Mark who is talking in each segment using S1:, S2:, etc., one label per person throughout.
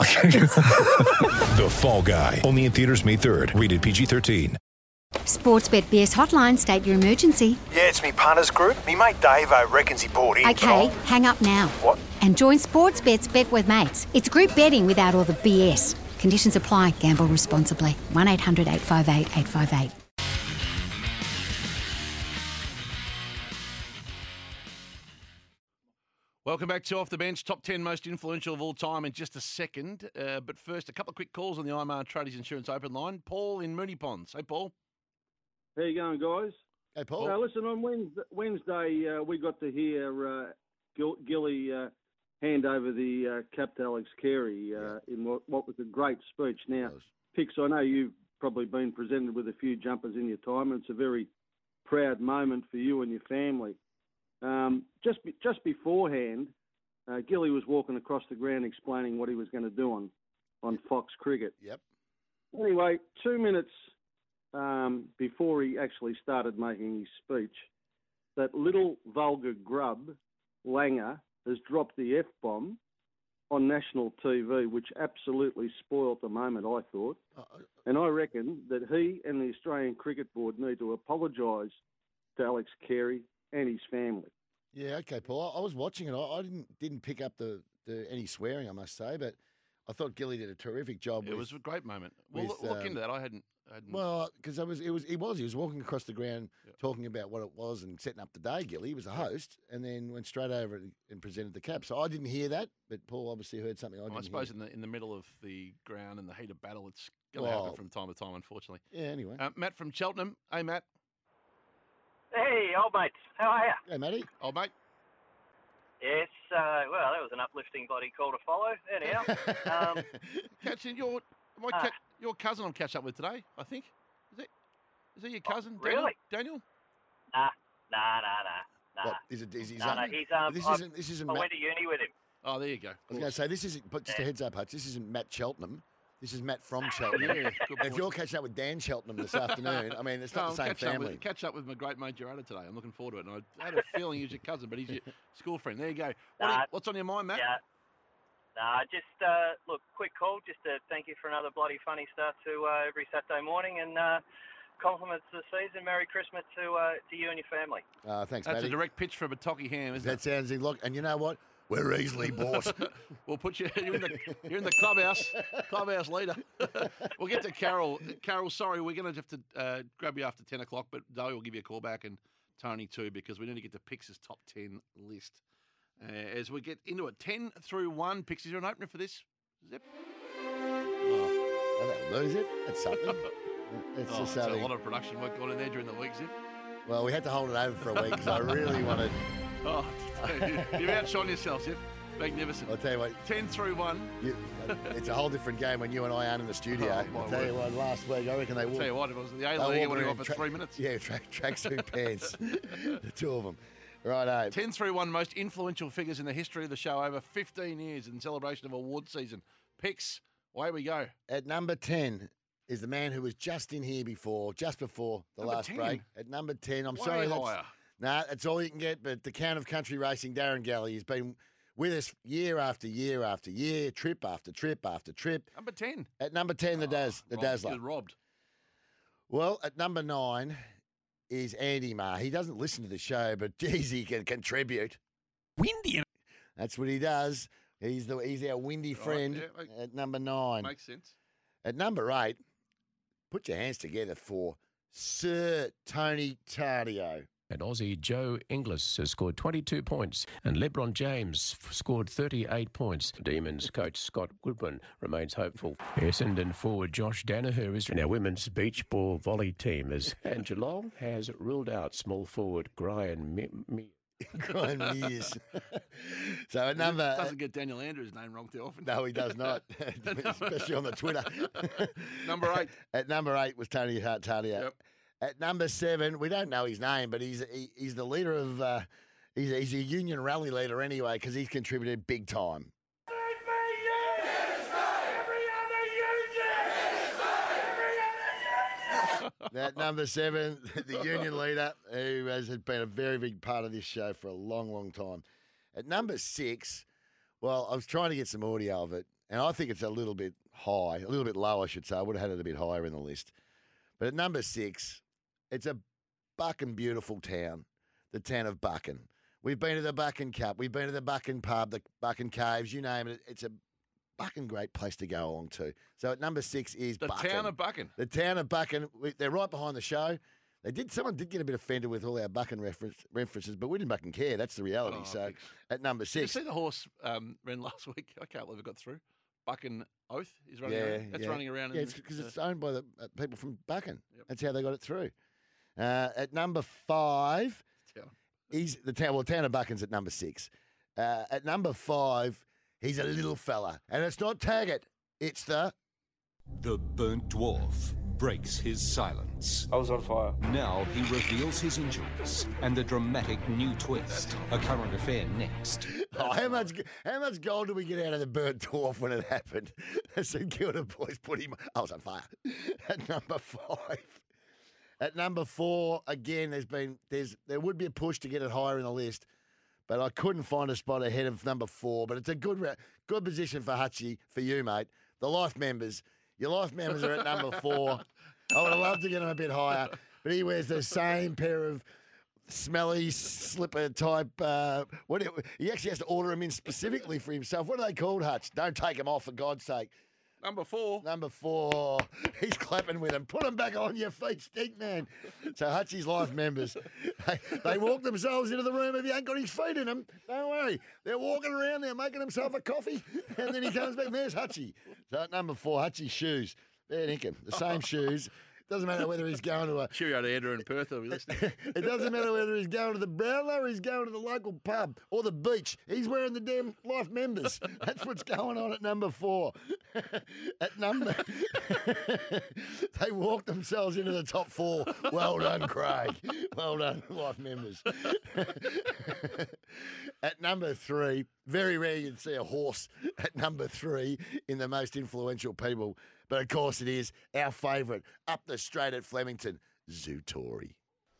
S1: The Fall Guy. Only in theaters May 3rd. Rated PG-13.
S2: Sportsbet BS hotline, state your emergency.
S3: Yeah, it's me partner's group. Me mate Dave, I reckons he bought in.
S2: Okay, hang up now.
S3: What?
S2: And join Sportsbet's Bet with Mates. It's group betting without all the BS. Conditions apply. Gamble responsibly. 1 800 858 858.
S4: Welcome back to Off the Bench, top 10 most influential of all time in just a second. Uh, but first, a couple of quick calls on the IMR Tradies Insurance open line. Paul in Mooney Ponds. Hey, Paul.
S5: How you going, guys?
S4: Hey,
S5: Now, listen, on Wednesday, Wednesday uh, we got to hear uh, Gil- Gilly uh, hand over the uh, cap to Alex Carey uh, in what, what was a great speech. Now, Pix, I know you've probably been presented with a few jumpers in your time, and it's a very proud moment for you and your family. Um, just be, just beforehand, uh, Gilly was walking across the ground explaining what he was going to do on on Fox Cricket.
S4: Yep.
S5: Anyway, two minutes um, before he actually started making his speech, that little vulgar grub, Langer, has dropped the F bomb on national TV, which absolutely spoilt the moment, I thought.
S6: Uh,
S5: And I reckon that he and the Australian Cricket Board need to apologise to Alex Carey and his family.
S7: Yeah, okay, Paul. I, I was watching it. I, I didn't didn't pick up the, the any swearing, I must say, but I thought Gilly did a terrific job.
S4: It
S7: with,
S4: was a great moment. We'll
S7: with,
S4: look, look
S7: um,
S4: into that. I hadn't. I hadn't
S7: well because it was it was he was he was walking across the ground talking about what it was and setting up the day. Gilly he was a host, and then went straight over and, and presented the cap. So I didn't hear that, but Paul obviously heard something. I
S4: I,
S7: didn't
S4: suppose
S7: Hear.
S4: in the in the middle of the ground and the heat of battle, it's going to
S7: Well-
S4: happen from time to time, unfortunately.
S7: Yeah. Anyway.
S4: Uh, Matt from Cheltenham. Hey, Matt.
S8: Hey, old mate, how are you?
S7: hey, Matty.
S4: Oh, mate.
S8: Yes, uh, well, that was an uplifting bloody call to follow. Anyhow, um,
S4: Catching your my
S8: Ah.
S4: ca- your cousin. I'm catching up with today. I think. Is it? Is it your cousin?
S8: really?
S4: Daniel. Daniel?
S8: nah, nah, nah, nah, nah.
S7: What, is it? Is, is
S8: No, no,
S7: that-
S8: he's, um,
S7: this
S8: I've-
S7: isn't. This isn't.
S8: I
S7: Matt,
S8: went to uni with him.
S4: Oh, there you go.
S7: I was going to say this isn't. But just a heads up, Hutch. This isn't Matt Cheltenham. This is Matt from Cheltenham.
S4: Yeah,
S7: If
S4: good point.
S7: you're catching up with Dan Cheltenham this afternoon, I mean, it's
S4: No,
S7: not
S4: I'm
S7: the same
S4: catching Up
S7: family.
S4: with, catch up with my great mate Gerardo today. I'm looking forward to it. And I had a feeling he was your cousin, but he's your school friend. There you go. What do you-
S8: Nah.
S4: what's on your mind, Matt?
S8: Yeah. Nah, just uh, look, quick call, just to thank you for another bloody funny start to uh, every Saturday morning, and uh, compliments to the season. Merry Christmas to uh, to you and your family.
S7: Uh, thanks,
S4: That's a
S7: Matty.
S4: direct pitch for Bataki Ham, isn't
S7: That sounds like, look- and you know what? We're easily bought.
S4: it? we'll put you you're in the you're in the clubhouse, clubhouse leader. we'll get to Carol. Carol, sorry, we're going to have to uh, grab you after ten o'clock, but Zoe will give you a call back and Tony too because we need to get to Pix's top ten list uh, as we get into it. Ten through one, Pix, is there an opener for this? Zip. Oh,
S7: I don't lose it. That's something. It's
S4: oh,
S7: just
S4: that's a
S7: something.
S4: lot of production work going in there during the week, Zip.
S7: well, we had to hold it over for a week because I really wanted.
S4: Oh, you've outshone yourself, Zip. Magnificent.
S7: I'll tell you what.
S4: 10 through 1.
S7: You, it's a whole different game when you and I aren't in the studio.
S4: Oh, my
S7: I'll tell you what. Last week, I reckon they
S4: Tell you
S7: walked.
S4: what, if it was the A
S7: they
S4: League, it
S7: walked
S4: would
S7: around
S4: have gone for
S7: track-
S4: three minutes.
S7: Yeah, tra- tracksuit pants. the two of them. Right,
S4: 10 through 1 most influential figures in the history of the show over 15 years in celebration of award season. Picks, away we go.
S7: At number 10 is the man who was just in here before, just before the
S4: Number
S7: last
S4: 10?
S7: break. At number 10, I'm
S4: Way
S7: sorry.
S4: higher.
S7: That's, nah, that's all you can get, but the Count of Country Racing, Darren Galley, has been with us year after year after year, trip after trip after trip.
S4: Number 10.
S7: At number 10, the, Daz, the
S4: Robbed.
S7: Dazzler.
S4: You're robbed.
S7: Well, at number 9 is Andy Marr. He doesn't listen to the show, but geez, he can contribute.
S9: Windy.
S7: That's what he does. He's, the, he's our windy
S4: Right,
S7: friend
S4: yeah, make-
S7: at number 9.
S4: Makes sense.
S7: At number eight, put your hands together for Sir Tony Tardio.
S9: And Aussie Joe Inglis has scored 22 points, and LeBron James f- scored 38 points. Demons coach Scott Goodwin remains hopeful. Essendon forward Josh Danaher is in our women's beach ball volley team, is, and Geelong has ruled out small forward Brian Me- Me-
S7: Grime Mears. so a number.
S4: Doesn't get Daniel Andrews' name wrong too often.
S7: uh, No, he does not, especially on the Twitter.
S4: number eight.
S7: At number eight was Tony Hart Talia.
S4: Yep.
S7: At number seven, we don't know his name, but he's he, he's the leader of uh, he's, he's a union rally leader anyway because he's contributed big time. That number seven, the union leader, who has been a very big part of this show for a long, long time. At number six, well, I was trying to get some audio of it, and I think it's a little bit high, a little bit low, I should say. I would have had it a bit higher in the list. But at number six, it's a bucking beautiful town, the town of Bucking. We've been to the Bucking Cup, we've been to the Bucking Pub, the Bucking Caves, you name it. It's a bucking great place to go along to. So at number six is
S4: The
S7: Bucking.
S4: town of Bucking.
S7: The town of Bucking. we- They're right behind the show. They did. Someone did get a bit offended with all our Bucking reference, references, but we didn't fucking care. That's the reality.
S4: Oh,
S7: so
S4: thanks.
S7: at number
S4: Did you
S7: six,
S4: see the horse um, ran last week? I can't believe it got through. Bucking Oath is running
S7: yeah,
S4: around. That's
S7: yeah.
S4: running around.
S7: Yeah,
S4: in-
S7: it's because
S4: uh,
S7: it's owned by the uh, people from Bucking. That's how they got it through. Uh, at number five,
S4: Town.
S7: he's the town. Well, town of Bucking's at number six. Uh, at number five, he's a little fella, and it's not Taggart. It's the
S10: The burnt dwarf breaks his silence. I was on fire. Now he reveals his injuries and the dramatic new twist. A current affair next.
S7: Oh, how much how much gold did we get out of the burnt dwarf when it happened? The St Kilda boys put him. I was on fire. At number five. At number four, again, there's been there's there would be a push to get it higher in the list, but I couldn't find a spot ahead of number four. But it's a good re- good position for Hutchie for you, mate. The life members, your life members are at number four. I would have loved to get him a bit higher, but he wears the same pair of smelly slipper type. Uh, what do- he actually has to order them in specifically for himself. What are they called, Hutch? Don't take them off for God's sake.
S4: Number four.
S7: Number four. He's clapping with him. Put them back on your feet, stink man. So Hutchie's life members, they, they walk themselves into the room if he ain't got his feet in them. Don't worry. They're walking around there making himself a coffee. And then he comes back. There's Hutchie. So at number four, Hutchie's shoes. There, Nickham. The same shoes. Doesn't matter whether he's going to a
S4: Cheerio to Andrew in Perth. Are we listening?
S7: it doesn't matter whether he's going to the Brownlow or he's going to the local pub or the beach. He's wearing the damn life members. That's what's going on at number four. at number, they walked themselves into the top four. Well done, Craig. Well done, life members. at number three, very rare you'd see a horse at number three in the most influential people. But of course, it is our favourite up the straight at Flemington, Zootori.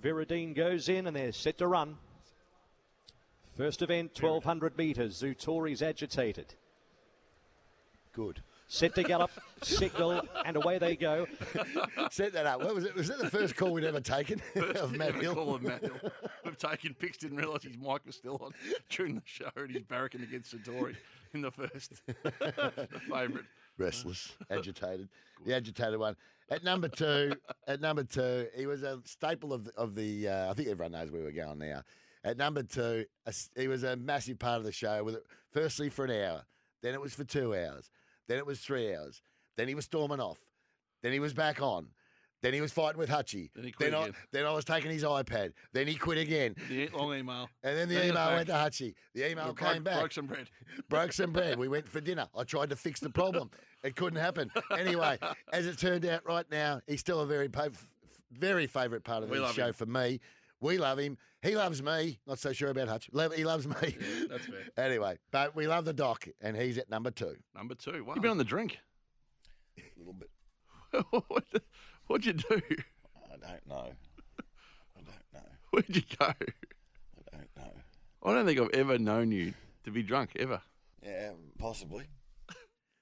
S6: Viridine goes in and they're set to run. First event, 1200 metres. Zutori's agitated.
S7: Good.
S6: Set to gallop, signal, and away they go.
S7: Set that up. What was it? Was that the first call we'd ever taken of Matt Hill?
S4: Call him Matt Hill. We've taken picks. Didn't realise his mic was still on during the show, and he's barracking against Satori in the first. the favourite.
S7: Restless, agitated, the agitated one. At number two, at number two, he was a staple of of the. Uh, I think everyone knows where we're going now. At number two, a s he was a massive part of the show. With it, firstly for an hour, then it was for two hours, then it was three hours, then he was storming off, then he was back on. Then he was fighting with Hutchie. Then
S4: he quit
S7: I,
S4: again.
S7: then I was taking his iPad. Then he quit again.
S4: The e, long email.
S7: And then the
S4: Bring us
S7: email
S4: back.
S7: went to Hutchie. The email
S4: We broke-
S7: came back.
S4: Broke some bread.
S7: Broke some bread. We went for dinner. I tried to fix the problem. It couldn't happen. Anyway, as it turned out, right now he's still a very, pa- f- very favourite part of
S4: We
S7: the
S4: love
S7: show
S4: him.
S7: for me. We love him. He loves me. Not so sure about Hutch. Lo- He loves me.
S4: That's fair.
S7: anyway, but we love the doc, and he's at number two.
S4: Number two. Wow. You've been on the drink.
S11: A little bit.
S4: What'd you do?
S11: I don't know.
S4: Where'd you go? I don't know. I don't think I've ever known you to be drunk ever.
S7: Yeah, possibly.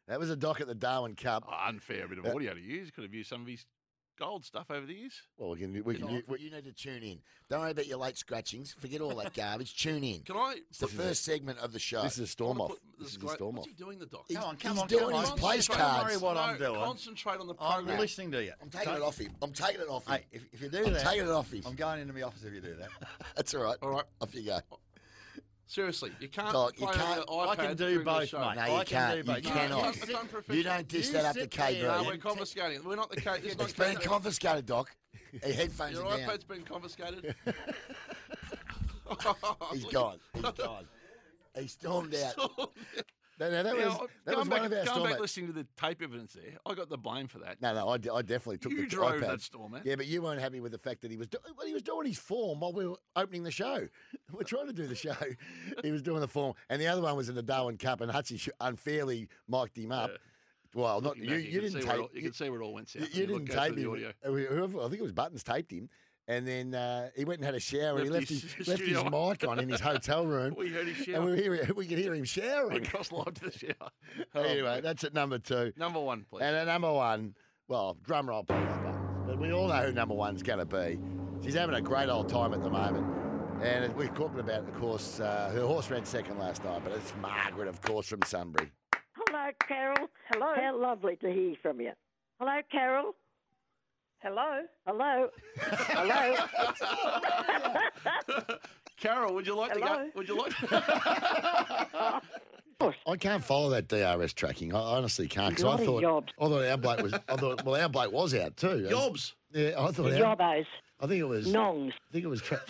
S7: That was a doc at the Darwin Cup.
S4: Ah, unfair bit of
S7: Uh,
S4: audio to use. Could have used some of his gold stuff over the years.
S7: Well, we can. We can
S4: Doc,
S7: you need to tune in. Don't worry about your late scratchings. Forget all that garbage. Tune in.
S4: Can I?
S7: It's the first segment of the show. This is a storm off. This is a storm off.
S4: What's he doing, the doc?
S7: He's- he's doing his place cards.
S4: No, Concentrate on the program.
S11: I'm listening to you.
S7: I'm taking it off him. I'm taking it off him.
S11: Hey, if, if you do
S7: I'm
S11: that,
S7: taking it off him.
S11: I'm going into my office if you do that.
S7: That's all right. Uh,
S4: All right.
S7: Off you go.
S4: Seriously, you can't.
S7: Doc, you
S4: play on
S7: can't-
S4: the iPad
S7: I can do
S4: during the
S7: both,
S4: show.
S7: mate. No, you I can can't. do both. You
S4: No,
S7: cannot.
S4: that's
S7: You
S4: unprofessional.
S7: don't dish that up to
S4: sit there.
S7: K.
S4: No,
S7: Brown.
S4: we're confiscating. it. We're not the K. It's
S7: It's
S4: not
S7: been
S4: K.
S7: confiscated, Doc. Your headphones
S4: Your
S7: are down.
S4: iPad's been confiscated.
S7: He's gone. He's gone. He stormed out. No, no, that
S4: Now,
S7: was that
S4: going
S7: was
S4: back,
S7: one of our
S4: going back
S7: stormmates.
S4: listening to the tape evidence there, I got the blame for that.
S7: No, no, I, de- I definitely took
S4: You
S7: the
S4: drove
S7: iPad.
S4: that storm, man.
S7: Yeah, but you weren't happy with the fact that he was do- well, he was doing his form while we were opening the show. We're trying to do the show. he was doing the form, and the other one was in the Darwin Cup, and Hutchie sh- unfairly mic'd him up. Well, not you.
S4: Looking back,
S7: You
S4: can
S7: didn't
S4: see where it
S7: take.
S4: all- you can see where it all went south.
S7: You,
S4: when
S7: you
S4: look
S7: didn't
S4: go through
S7: tape
S4: the
S7: him.
S4: audio.
S7: Uh, Whoever, I think it was Buttons taped him, and then uh, he went and had a shower. he left
S4: Left
S7: his,
S4: his
S7: left his
S4: studio on.
S7: mic on in his hotel room.
S4: We heard his shower.
S7: and we, were hear, we could hear him showering.
S4: We crossed live to the shower. Oh,
S7: anyway, that's at number two.
S4: Number one, please.
S7: And at number one, well, drum roll, please, Buttons. But we all know who number one's going to be. She's having a great old time at the moment. And we're talking about, of course, uh, her horse ran second last night, but it's Margaret, of course, from Sunbury.
S12: Hello, Carol. Hello. How lovely to hear from you. Hello, Carol. Hello. Hello. Hello.
S4: Carol, would you like to go? Would you like?
S7: I can't follow that DRS tracking. I honestly can't because I
S12: Bloody
S7: thought
S12: yobs.
S7: I thought our bloke was. I thought well, our bloke was out too.
S4: Yobs.
S7: Yeah, I thought our,
S12: Yobbos.
S7: I think it was
S12: Nongs.
S7: I think it was. Tra-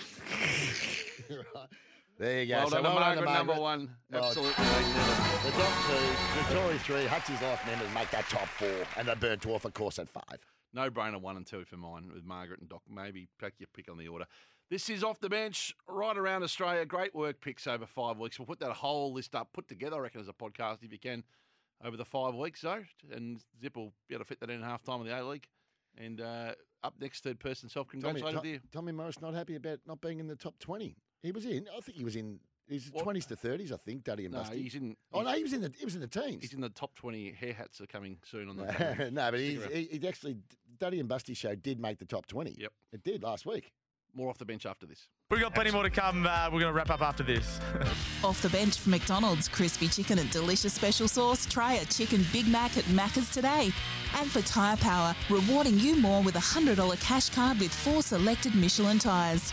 S7: there you go.
S4: Well
S7: so
S4: done to
S7: well done to
S4: Margaret, number one.
S7: Well,
S4: Absolutely.
S7: The top two, the Tory three, Hutchie's life members make that top four, and the Burn Dwarf, of course, at five.
S4: No brainer one and two for mine with Margaret and Doc. Maybe pack your pick on the order. This is off the bench right around Australia. Great work picks over five weeks. We'll put that whole list up, put together, I reckon, as a podcast if you can, over the five weeks though. And Zip will be able to fit that in in half time of the A League. And uh, up next, third person self.
S7: Tommy,
S4: Congratulated you.
S7: Tommy Morris not happy about not being in the top twenty. He was in. I think he was in. He's twenties to thirties, I think. Duddy and
S4: No,
S7: Musty.
S4: he's in.
S7: Oh no, he was in the. He was in the teens.
S4: He's in the top twenty. Hair hats are coming soon on the.
S7: no, but
S4: Stick
S7: he's,
S4: around.
S7: he, he actually, Duddy and Busty show did make the top 20. Yep. It did last week.
S4: More off the bench after this.
S13: We've got plenty more to come. Uh, we're going to wrap up after this.
S14: Off the bench from McDonald's, crispy chicken and delicious special sauce. Try a chicken Big Mac at Macca's today. And for Tyre Power, rewarding you more with a $100 cash card with four selected Michelin tyres.